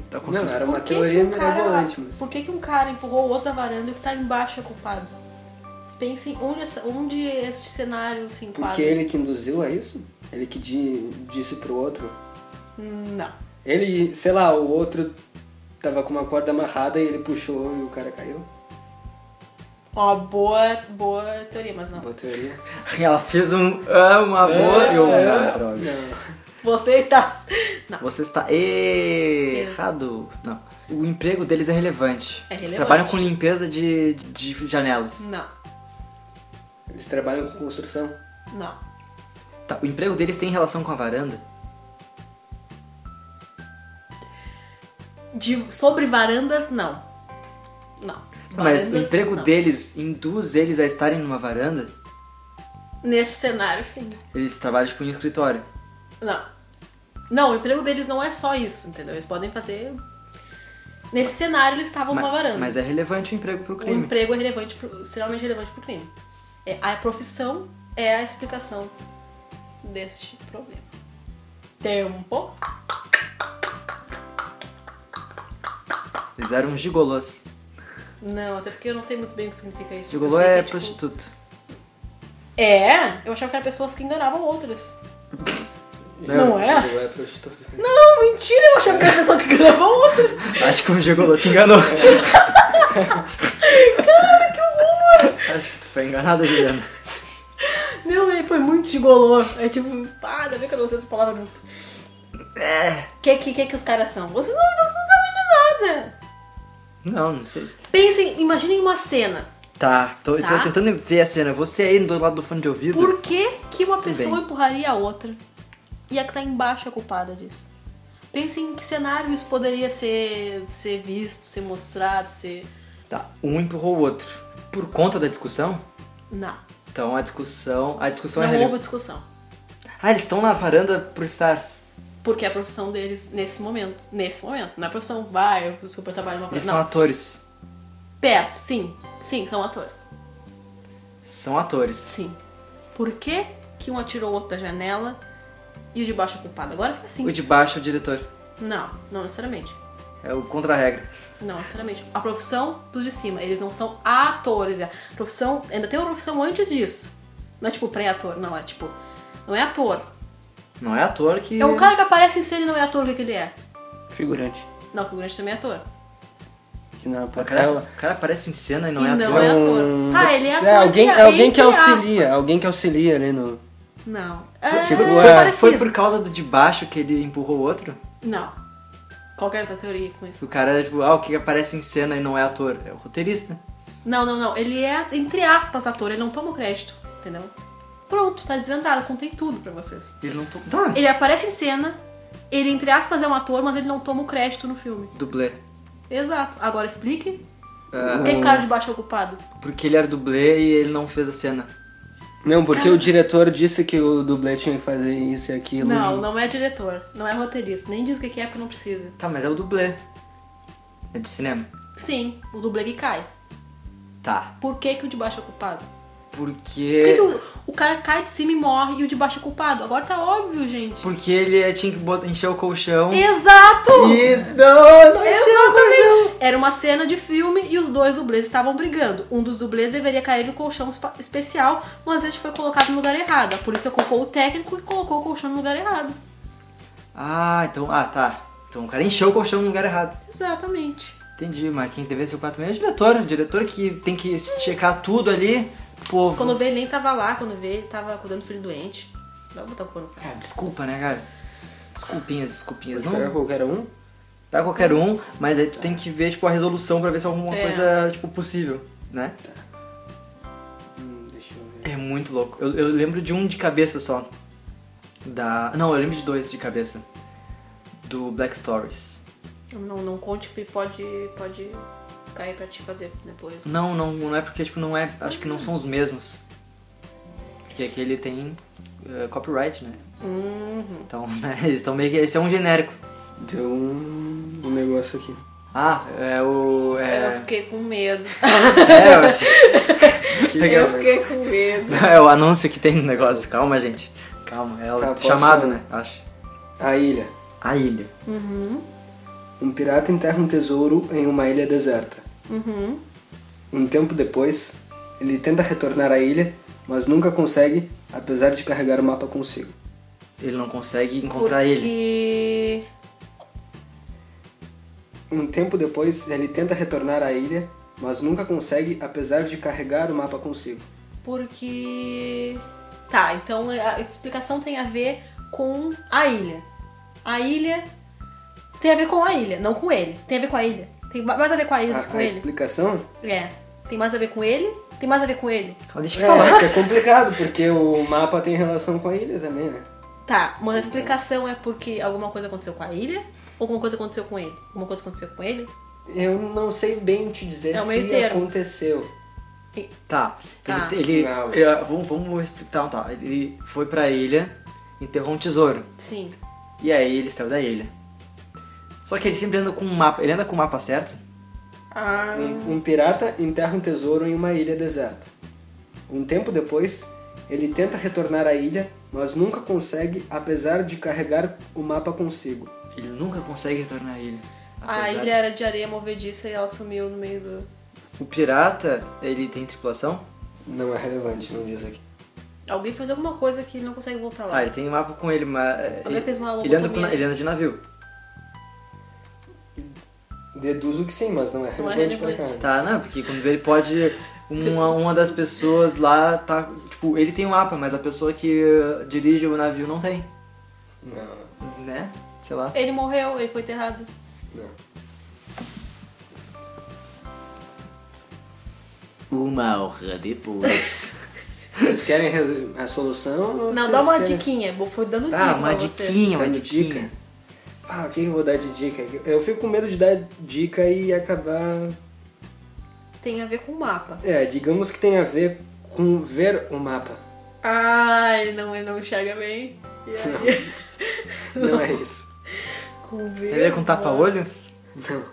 A: Da
D: Não,
A: construção.
D: era uma
C: Por que
D: teoria
C: que um cara-
D: mirabolante, mas.
C: Por que, que um cara empurrou o outro da varanda e o que tá embaixo é culpado? Pensem onde, essa- onde este cenário se enquadra.
D: Porque ele que induziu a isso? Ele que di- disse pro outro?
C: Não.
D: Ele, sei lá, o outro tava com uma corda amarrada e ele puxou e o cara caiu.
C: Ó, boa, boa teoria, mas não.
D: Boa teoria.
A: Ela fez um. ah, uma boa.
D: É,
A: e um, ah, droga.
D: Não.
C: Você está... Não.
A: Você está errado. Não. O emprego deles é relevante.
C: É
A: Eles
C: relevante. Hum.
A: trabalham com limpeza de, de janelas.
C: Não.
D: Eles trabalham com construção.
C: Não.
A: Tá, o emprego deles tem relação com a varanda?
C: De, sobre varandas, não. Não.
A: Mas o
C: Varandas,
A: emprego
C: não.
A: deles induz eles a estarem numa varanda?
C: Neste cenário, sim.
A: Eles trabalham tipo em um escritório.
C: Não. Não, o emprego deles não é só isso, entendeu? Eles podem fazer... Nesse cenário, eles estavam
A: Ma-
C: numa varanda.
A: Mas é relevante o emprego pro
C: O
A: crime.
C: emprego é relevante, pro, extremamente relevante pro crime. É, a profissão é a explicação deste problema. Tempo.
A: Eles eram gigolôs.
C: Não, até porque eu não sei muito bem o que significa isso. Eu
A: Gigolô
C: sei que
A: é
C: tipo-
A: prostituto.
C: É? Eu achava que eram pessoas que enganavam outras. Não é?
D: Não é prostituta.
C: Não, mentira! Eu achava que era pessoa que enganavam outras.
A: Acho que o gigolô te enganou. Cara, que horror! Acho que tu foi enganada, Juliana.
C: Meu, ele foi muito gigolô. É tipo, ah, ainda bem que eu não sei essa palavra. não.
A: É.
C: Que, que, que que os caras são? Vocês não, vocês não sabem de nada.
A: Não, não sei.
C: Pensem, imaginem uma cena.
A: Tá, tô, tô
C: Tá.
A: tentando ver a cena. Você aí do lado do fone de ouvido.
C: Por que, que uma pessoa
A: Bem.
C: empurraria a outra e a que tá embaixo é culpada disso? Pensem em que cenário isso poderia ser, ser visto, ser mostrado, ser.
A: Tá, um empurrou o outro. Por conta da discussão?
C: Não.
A: Então a discussão. A discussão é
C: não houve
A: relevante.
C: discussão.
A: Ah, eles estão na varanda por estar.
C: Porque é a profissão deles nesse momento. Nesse momento. Não é profissão, vai, eu super trabalho numa
A: Eles
C: profissão.
A: são
C: Não.
A: atores.
C: Perto, sim. Sim, são atores.
A: São atores.
C: Sim. Por que, que um atirou o outro da janela e o de baixo é culpado? Agora fica assim.
A: O de baixo é o diretor.
C: Não, não necessariamente.
A: É o contra-regra.
C: Não, sinceramente. A profissão dos de cima. Eles não são atores. é A profissão. Ainda tem uma profissão antes disso. Não é tipo pré-ator, não, é tipo. Não é ator.
A: Não é ator que.
C: É um cara que aparece em cena e não é ator, o que, que ele é?
D: Figurante.
C: Não, figurante também é ator.
D: Que não, pra
A: O cara, o cara aparece em cena e não
C: e
A: é
C: não
A: ator.
C: é ator. Tá, ele é ator.
D: É, alguém,
C: entre-
D: alguém
C: entre
D: que auxilia, é
C: aspas.
D: alguém que auxilia ali no.
C: Não. É,
D: tipo,
C: é
D: é,
A: Foi- Foi
C: parecido.
A: por causa do de baixo que ele empurrou o outro?
C: Não. Qual que era a tua teoria com isso?
A: O cara, tipo, ah, o que aparece em cena e não é ator? É o roteirista.
C: Não, não, não. Ele é, entre aspas, ator. Ele não toma o crédito, entendeu? Pronto, tá desvendado. Contei tudo pra vocês.
A: Ele não. to- Tá.
C: Ele aparece em cena. Ele, entre aspas, é um ator, mas ele não toma o crédito no filme.
A: Dublê.
C: Exato. Agora explique.
A: Ah,
C: Por que que o cara de baixo é ocupado?
A: porque ele era dublê e ele não fez a cena.
D: Não, porque
C: Ah.
D: o diretor disse que o dublê tinha que fazer isso e aquilo.
C: Não, não é diretor. Não é roteirista. Nem diz o que que é porque não precisa.
A: Tá, mas é o dublê. É de cinema.
C: Sim, o dublê que cai.
A: Tá.
C: Por que, que o de baixo é culpado? Por que,
A: Porque.
C: que o, o cara cai de cima e morre e o de baixo é culpado? Agora tá óbvio, gente.
A: Porque ele é- tinha que botar- encher o colchão.
C: Exato!
A: E. Não, não
C: Exatamente! Era uma cena de filme e os dois dublês estavam brigando. Um dos dublês deveria cair no colchão espa- especial, mas este foi colocado no lugar errado. A polícia culpou o técnico e colocou o colchão no lugar errado.
A: Ah, então. Ah, tá. Então o cara encheu o colchão no lugar errado.
C: Exatamente.
A: Entendi, mas quem deveria ser o 46 é o diretor. O diretor que tem que checar tudo ali. Pô.
C: Quando vê, ele nem tava lá. Quando vê, ele tava cuidando do filho doente. Não vou botar o pano no cara.
A: Cara, desculpa, né, cara? Desculpinhas, desculpinhas.
D: Não. Pegar
A: Não
D: qualquer um?
A: pra qualquer um, mas aí tu tem que ver, tipo, a resolução pra ver se é alguma
C: É.
A: coisa, tipo, possível, né?
D: Hum, deixa eu ver.
A: É muito louco. Eu, eu lembro de um de cabeça só. Da. Não, eu lembro de dois de cabeça. Do Black Stories.
C: Não, não conte que pode, pode cair pra te fazer depois.
A: Não, não, não é porque, tipo, não é. Acho que não são os mesmos. Porque aquele tem eh, copyright, né?
C: Uhum.
A: Então, né, eles estão meio que. Esse é um genérico.
D: Deu um, um negócio aqui.
A: Ah, é o.
C: Eu
A: É.
C: fiquei com medo.
A: É, eu achei-
D: Que
A: Legal.
C: Eu fiquei com medo.
A: É o anúncio que tem no negócio. Calma, gente. Calma. É o
D: Tá, posso-
A: chamado, né? Acho.
D: A ilha.
A: A ilha.
C: Uhum.
D: Um pirata enterra um tesouro em uma ilha deserta.
C: Uhum.
D: Um tempo depois, ele tenta retornar à ilha, mas nunca consegue, apesar de carregar o mapa consigo.
A: Ele não consegue encontrar ele.
C: Porque-
D: Um tempo depois, ele tenta retornar à ilha, mas nunca consegue, apesar de carregar o mapa consigo.
C: Porque. Tá, então a explicação tem a ver com a ilha. A ilha tem a ver com a ilha, não com ele. Tem a ver com a ilha. Tem ma- mais a ver com a
A: Ah,
C: ilha do que
D: A,
C: com
D: a
C: ele.
D: explicação
C: É. Tem mais a ver com ele, tem mais a ver com ele.
A: Calma, deixa
D: é,
A: eu falar.
D: que é complicado, porque o mapa tem relação com a ilha também, né?
C: Tá, mas a explicação é porque alguma coisa aconteceu com a ilha ou alguma coisa aconteceu com ele? Alguma coisa aconteceu com ele?
D: Eu não sei bem te dizer
C: É o meio
D: se
C: termo.
D: aconteceu.
A: Tá.
C: Tá.
A: Ele, ele-
D: Não.
A: ele- vamos, vamos explicar, tá? Ele foi pra ilha, enterrou um tesouro.
C: Sim.
A: E aí ele saiu da ilha. Só que ele sempre anda com um mapa. Ele anda com o mapa certo?
C: Ah.
D: Um, um pirata enterra um tesouro em uma ilha deserta. Um tempo depois, ele tenta retornar à ilha, mas nunca consegue, apesar de carregar o mapa consigo.
A: Ele nunca consegue retornar à ilha.
C: A
A: Apesar
C: ilha é era de areia movediça e ela sumiu no meio do.
A: de- O pirata, ele tem tripulação?
D: Não é relevante, não diz aqui.
C: Alguém fez alguma coisa que ele não consegue voltar lá.
A: Tá, ele tem mapa com ele, mas.
C: Alguém fez uma
A: ele, anda com,
C: lobotomia.
A: ele anda de navio.
D: Deduzo que sim, mas não é
C: Não é
D: relevante pra
C: relevante.
D: cá.
A: Tá, não, porque quando vê ele pode. Uma, uma das pessoas lá tá. Tipo, ele tem um mapa, mas a pessoa que eh, dirige o navio não tem.
D: Não,
A: Né? Sei lá.
C: Ele morreu, ele foi enterrado.
D: não.
A: Uma hora depois.
D: Vocês querem resu- a solução? ou
C: Não,
D: vocês
C: dá uma
D: querem-
C: diquinha. Vou foi dando dica
A: Ah, uma
C: pra você.
A: diquinha, uma
D: Dando
A: diquinha.
D: dica? Ah, o que eu vou dar de dica? Eu fico com medo de dar dica e acabar
C: Tem a ver com o mapa.
D: É, digamos que tem a ver com ver o mapa.
C: Ai, não, ele não enxerga bem. E aí?
D: Não é isso.
C: com
A: Tem a ver com
C: o
A: tapa-olho?
D: Não.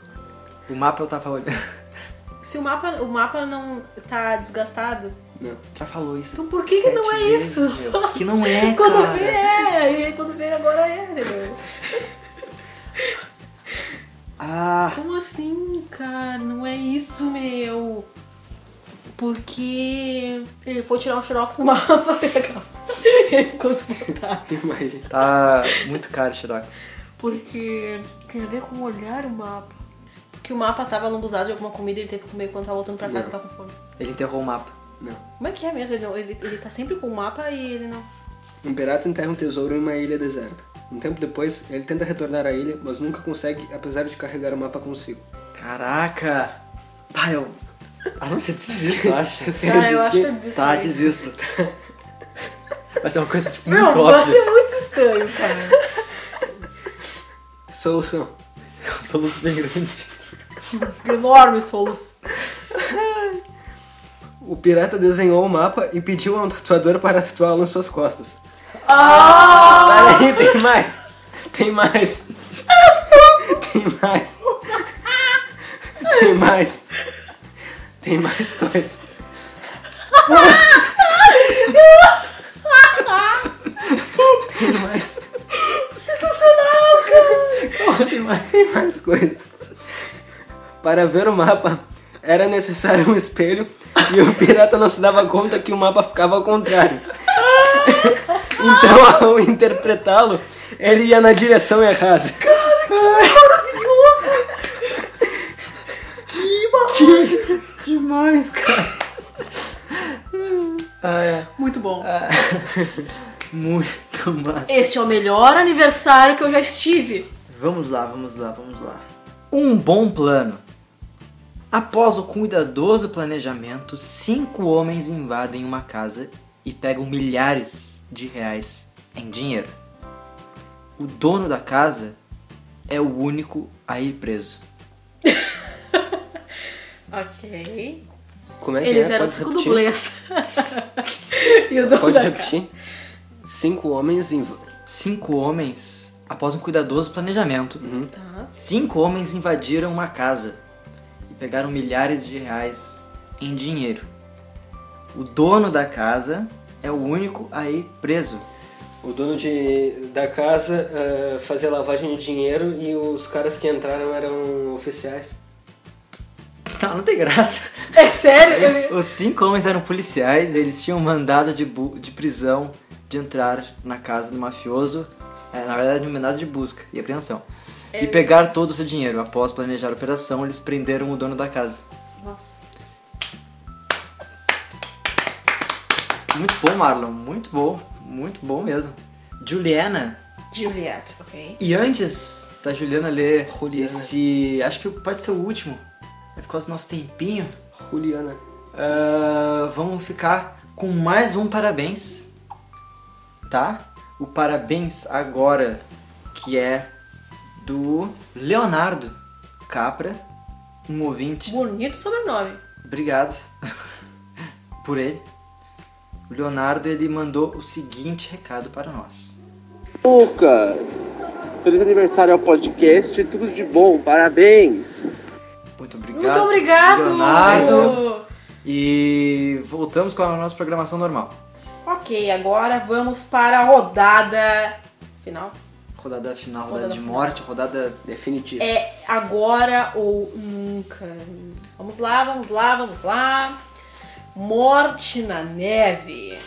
A: O mapa é o tapa-olho.
C: mapa. Se o mapa, o mapa não tá desgastado,
D: Não.
A: Já falou isso.
C: então por que, que não é isso?
A: Que não é,
C: quando
A: cara.
C: vê, é. E aí quando vê, agora é. entendeu?
A: Ah,
C: Ah. Como assim, cara? Não é isso, meu. Porque ele foi tirar um xerox do mapa e a calça. Ele ficou desmontado.
D: Imagina.
A: Tá muito caro o Xerox.
C: Porque tem a ver com olhar o mapa. Porque o mapa tava lambuzado de alguma comida e ele teve que comer quando tava voltando pra casa e tava com fome.
A: Ele enterrou o mapa.
D: Não.
C: Como é que é mesmo? Ele, não- ele, ele tá sempre com o mapa e ele não.
D: Um pirata enterra um tesouro em uma ilha deserta. Um tempo depois, ele tenta retornar à ilha, mas nunca consegue, apesar de carregar o mapa consigo.
A: Caraca! Pai, eu. Ah, não sei, desisto, eu acho.
C: Cara, eu acho que eu desisti.
A: Tá, desisto. Vai ser uma coisa tipo,
C: Não,
A: muito
C: vai
A: óbvia.
C: ser é muito estranho, cara.
D: Solução.
A: Um soluço bem grande.
C: Enorme soluço.
D: O pirata desenhou o mapa e pediu a um tatuador para tatuá-lo em suas costas.
C: Ah!
D: Peraí, tem mais! Tem mais! Tem mais! Tem mais! Tem mais coisas! Tem mais! Sensacional, cara! Tem mais, tem mais coisas! Para ver o mapa, era necessário um espelho e o pirata não se dava conta que o mapa ficava ao contrário. Então, ao interpretá-lo, ele ia na direção errada.
A: Demais, cara. Ah, é.
C: Muito bom.
A: Muito massa.
C: Este é o melhor aniversário que eu já estive.
A: Vamos lá, vamos lá, vamos lá. Um bom plano. Após o cuidadoso planejamento, cinco homens invadem uma casa e pegam milhares de reais em dinheiro. O dono da casa é o único a ir preso.
C: Ok.
D: Como é que
C: Eles
D: é?
C: eram
D: Pode
C: cinco
D: repetir?
C: dublês. e o dono
D: Pode
C: da
D: repetir? Cinco homens inv...
A: Cinco homens, após um cuidadoso planejamento,
C: casa- Tá.
A: cinco homens invadiram uma casa e pegaram milhares de reais em dinheiro. O dono da casa é o único a ir preso.
D: O dono de, da casa eh, fazia lavagem de dinheiro e os caras que entraram eram oficiais.
A: Tá, Não, não tem graça.
C: É sério?
A: Os, os cinco homens eram policiais, eles tinham mandado de, bu- de prisão de entrar na casa do mafioso. É, na verdade, um mandado de busca e apreensão. E pegaram todo o seu dinheiro. Após planejar a operação, eles prenderam o dono da casa.
C: Nossa.
A: Muito bom, Marlon. Muito bom. Muito bom mesmo. Juliana.
C: Juliet, ok.
A: E antes da Juliana ler
D: Juliana.
A: esse... Acho que pode ser o último. É por causa do nosso tempinho.
D: Juliana.
A: Ah, vamos ficar com mais um parabéns, tá? O parabéns agora que é do Leonardo Capra, um ouvinte.
C: Bonito sobrenome.
A: Obrigado por ele. O Leonardo ele mandou o seguinte recado para nós.
E: Lucas, feliz aniversário ao podcast, tudo de bom, parabéns.
A: Muito obrigado.
C: Muito obrigado!
A: Leonardo. E voltamos com a nossa programação normal.
C: Ok, agora vamos para a rodada final.
A: Rodada final, rodada,
C: Rodada
A: de
C: final.
A: morte, rodada
D: Definitivo.
C: É agora ou nunca. Vamos lá, vamos lá, vamos lá. Morte na neve.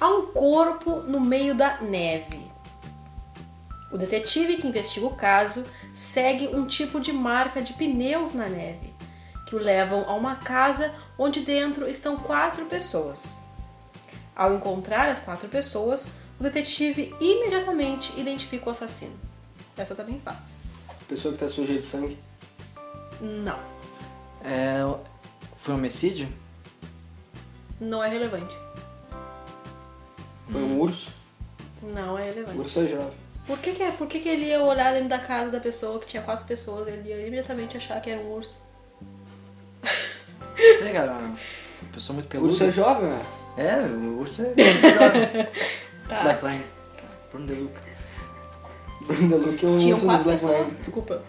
C: Há um corpo no meio da neve. O detetive que investiga o caso segue um tipo de marca de pneus na neve, que o levam a uma casa onde dentro estão quatro pessoas. Ao encontrar as quatro pessoas, o detetive imediatamente identifica o assassino. Essa tá bem fácil.
D: Pessoa que tá suja de sangue.
C: Não,
A: é, foi um homicídio?
C: não é relevante.
D: Foi um urso.
C: Não é
D: O
C: relevante.
D: urso é jovem.
C: Por que, que, é- por que, que ele ia olhar dentro da casa da pessoa que tinha quatro pessoas? Ele ia imediatamente achar que era um urso.
A: sei, cara. Uma pessoa muito
D: O
A: peluda.
D: urso é jovem, né?
A: É, o urso é. jovem.
C: Tá.
A: Black Line. Bruno De é, Luca.
D: Ainda do que o
C: Tinham
D: é um urso
C: quatro
D: dos Black
C: pessoas,
D: Lives.
C: desculpa.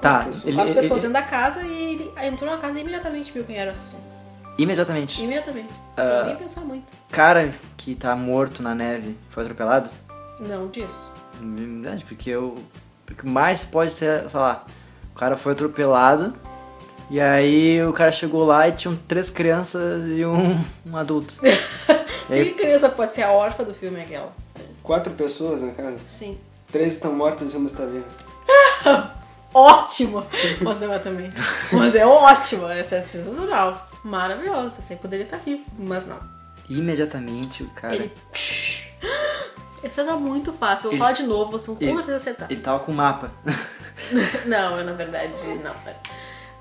A: Tá,
D: pessoas.
A: é ele,
C: quatro
A: ele-
C: pessoas
A: ele-
C: dentro da casa e ele entrou na casa e imediatamente viu quem era o assassino.
A: imediatamente.
C: Imediatamente.
A: Ah.
C: Sem nem pensar muito.
A: Cara que tá morto na neve foi atropelado?
C: Não disso.
A: Na verdade, porque eu. Porque mais pode ser, sei lá, o cara foi atropelado E aí o cara chegou lá e tinham três crianças e um, um adulto. E aí-
C: Que criança pode ser a órfã do filme aquela?
D: Quatro pessoas na casa.
C: Sim.
D: Três estão mortas e uma está viva.
C: Ótimo! Você vai também. Mas é ótimo, essa é sensacional. Maravilhoso, assim, poderia estar aqui, mas não.
A: Imediatamente o cara.
C: Ele. Essa era muito fácil. Eu vou
A: Ele-
C: falar de novo, vocês vão
A: ele-
C: com certeza acertar.
A: Ele tava com o mapa.
C: Não, eu na verdade não. pera.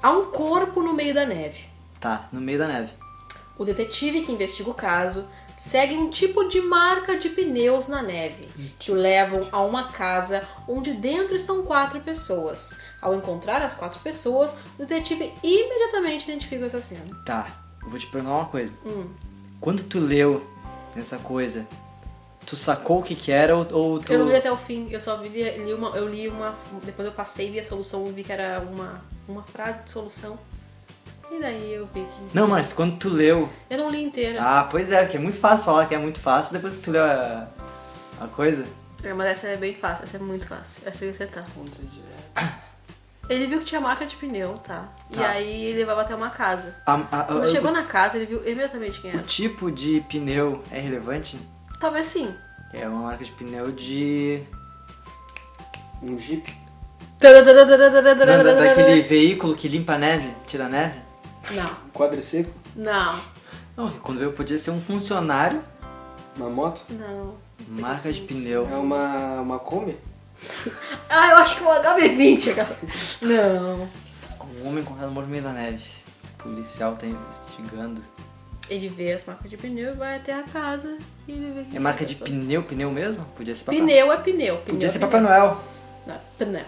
C: Há um corpo no meio da neve.
A: tá, no meio da neve.
C: O detetive que investiga o caso segue um tipo de marca de pneus na neve, que o levam a uma casa onde dentro estão quatro pessoas. Ao encontrar as quatro pessoas, o detetive imediatamente identifica o assassino.
A: Tá, eu vou te perguntar uma coisa.
C: Hum.
A: Quando tu leu essa coisa, tu sacou o que que era ou, ou tu.
C: Eu não li até o fim, eu só vi, li uma, eu li uma, depois eu passei vi a solução, vi que era uma, uma frase de solução. E daí eu vi que
A: Não, mas quando tu leu.
C: eu não li inteira.
A: Ah, pois é, porque é muito fácil falar que é muito fácil depois que tu leu a, a coisa.
C: É, mas essa é bem fácil, essa é muito fácil. Essa eu ia acertar. Ele viu que tinha marca de pneu, tá? E
A: Tá. Ah,
C: aí ele levava até uma casa.
A: A- a-
C: Quando
A: a-
C: chegou
A: o,
C: na casa, ele viu imediatamente quem
A: o
C: era.
A: tipo de pneu é relevante?
C: Talvez sim.
A: É uma marca de pneu de.
D: Um jeep.
A: Da, da- daquele veículo que limpa a neve, tira a neve?
C: Não,
D: Um quadriciclo.
C: não,
A: Não, quando veio podia ser um funcionário,
D: Uma moto.
C: não.
A: marca de
D: É
A: pneu.
D: uma, uma Kombi.
C: Ah, eu acho que é um HB20. aquela- Não.
A: Um homem encontrado morto no meio da neve. O policial tá investigando.
C: Ele vê as marcas de pneu e vai até a casa e ele vê quem
A: É marca de
C: pessoa.
A: pneu, pneu mesmo? Podia ser Papai
C: Pneu é pneu. pneu
A: Podia
C: é
A: ser
C: pneu.
A: Papai Noel.
C: Não, pneu.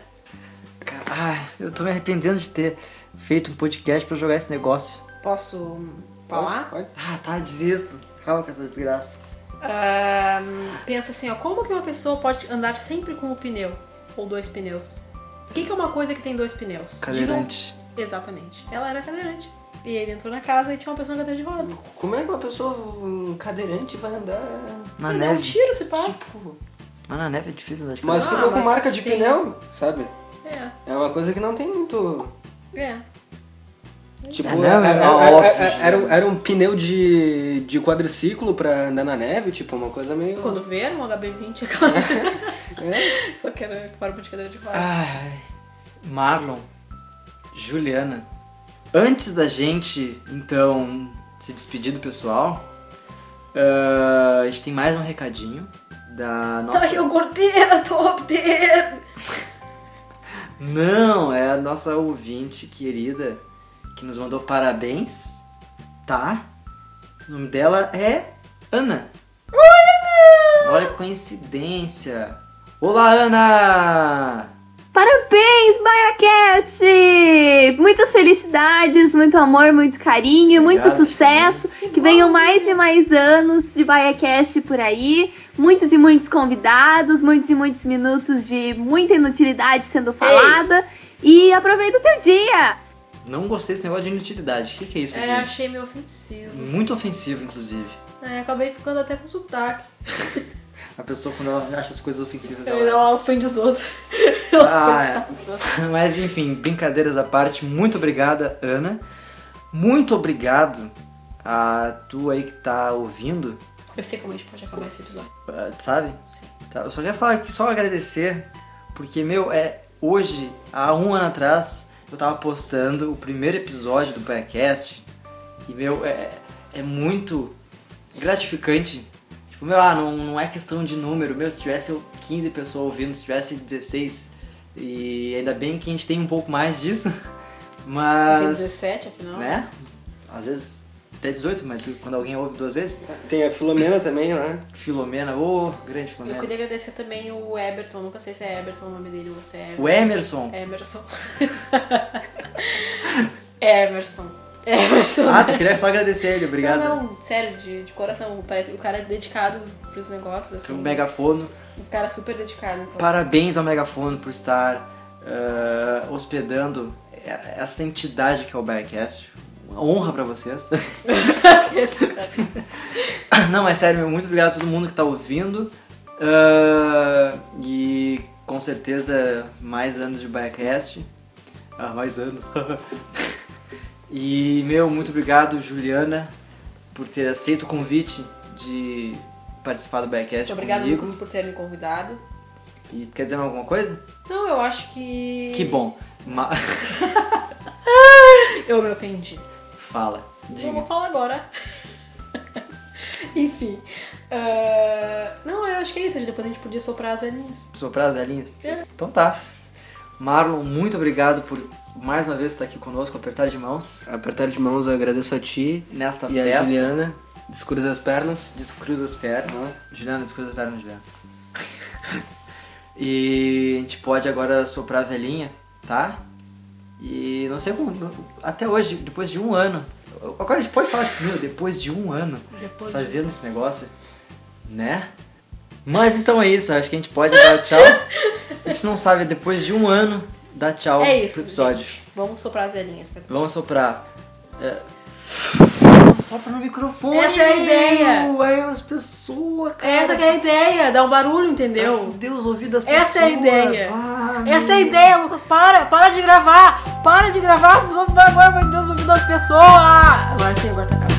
A: Cara, Ai, eu tô me arrependendo de ter feito um podcast pra jogar esse negócio.
C: Posso hum, falar?
D: Pode?
A: Ah, tá, desisto. Acaba com essa desgraça.
C: Ah, pensa assim, ó, como que uma pessoa pode andar sempre com um pneu ou dois pneus? O que, que é uma coisa que tem dois pneus?
A: Cadeirante.
C: Digam- Exatamente. Ela era cadeirante. E ele entrou na casa e tinha uma pessoa na cadeira de roda.
D: Como é que uma pessoa um cadeirante vai andar...
A: Na
C: ele deu um
A: neve.
C: tiro, se pá.
D: Tipo...
A: Mas na neve é difícil andar de
D: Mas
C: Ah,
D: ficou com
C: mas
D: marca de
C: sim.
D: pneu, sabe?
C: É,
D: É uma coisa que não tem muito...
C: é.
D: Tipo,
A: É, não,
D: era,
A: é
D: era-
A: óbvio.
D: era- era um- era um pneu de, de quadriciclo pra andar na neve, tipo, uma coisa meio...
C: Quando vieram um HB20 a casa.
A: É?
C: Só que era forma de cadeira de roda.
A: Ah, Ai, Marlon, Juliana, antes da gente então se despedir do pessoal, ah, a gente tem mais um recadinho da nossa.
C: Tá eu gordeira, top dele.
A: Não, é a nossa ouvinte querida que nos mandou parabéns, tá? O nome dela é Ana. Oi, Ana! Olha que coincidência! Olá, Ana!
F: Parabéns, BaiaCast! Muitas felicidades, muito amor, muito carinho, muito
A: Obrigado,
F: sucesso. Que venham mais e mais anos de BaiaCast por aí. Muitos e muitos convidados, muitos e muitos minutos de muita inutilidade sendo falada. E aproveita o teu dia!
A: Não gostei desse negócio de inutilidade. O que, que é isso,
C: É,
A: gente?
C: achei meio ofensivo.
A: Muito ofensivo, inclusive.
C: É, acabei ficando até com sotaque.
A: A pessoa, quando ela acha as coisas ofensivas, ela...
C: Ela ofende os outros. Ela
A: Então é. Ah,
C: ofende os outros.
A: Mas, enfim, brincadeiras à parte, muito obrigada, Ana. Muito obrigado a tu aí que tá ouvindo,
C: Eu sei como a gente pode acabar esse episódio.
A: ah, tu sabe?
C: Sim.
A: Tá, eu só quero falar aqui, só agradecer, porque, meu, é hoje, há um ano atrás, eu tava postando o primeiro episódio do podcast e, meu, é, é muito gratificante. Tipo, meu, ah, não, não é questão de número, meu, se tivesse 15 pessoas ouvindo, se tivesse 16, e ainda bem que a gente tem um pouco mais disso, mas...
C: Tem 17, afinal.
A: Né? Às vezes até 18, mas quando alguém ouve duas vezes,
D: Tem a Filomena também, né?
A: Filomena, ô, grande Filomena.
C: Eu queria agradecer também o Eberton, nunca sei se é Eberton o nome dele ou se é
A: O Emerson.
C: Emerson. Emerson. Emerson.
A: Ah, tu queria só agradecer ele, obrigado.
C: Não, não, sério, de, de coração. Parece que o cara é dedicado pros negócios, assim.
A: Pro megafono.
C: Um cara super dedicado, então.
A: Parabéns ao megafono por estar ah, hospedando essa entidade que é o Backcast. Uma honra pra vocês. Não, é sério, meu, muito obrigado a todo mundo que tá ouvindo. Ah, e com certeza mais anos de Biacast. Ah, mais anos. E, meu, muito obrigado, Juliana, por ter aceito o convite de participar do Backcast
C: Muito obrigada,
A: comigo.
C: Lucas, por ter me convidado.
A: E quer dizer mais alguma coisa?
C: Não, eu acho que.
A: Que bom. Ma-
C: Eu me ofendi.
A: Fala,
C: Eu vou
A: diga.
C: falar agora. Enfim. ah, Não, eu acho que é isso. Depois a gente podia soprar as velhinhas.
A: Soprar as velhinhas?
C: É.
A: Então tá. Marlon, muito obrigado por mais uma vez estar aqui conosco, apertar de mãos
D: Apertar de mãos, eu agradeço a ti
A: nesta
D: e a
A: festa.
D: Juliana. Descruza as pernas.
A: Descruza as pernas. Juliana, descruza as pernas, Juliana. e a gente pode agora soprar a velhinha, tá? E não sei como. Até hoje, depois de um ano. Agora a gente pode falar, tipo, meu, depois de um ano
C: Depois de- um
A: fazendo esse negócio, né? Mas então é isso, acho que a gente pode dar tchau. A gente não sabe, depois de um ano, dar tchau
C: É isso.
A: pro episódio.
C: gente. Vamos soprar as velhinhas. Pedro.
A: Vamos soprar. É... Sopra no microfone!
C: Essa é a ideia.
A: meu! Aí as pessoas, cara!
C: Essa que é a ideia. Dá um barulho, entendeu?
A: Deus, ouvido das pessoas!
C: Essa é a ideia.
A: Ah,
C: Essa é a ideia, Lucas. Para, para de gravar. Para de gravar. Agora vai Deus ouvir das pessoas. Agora sim, agora tá acabando.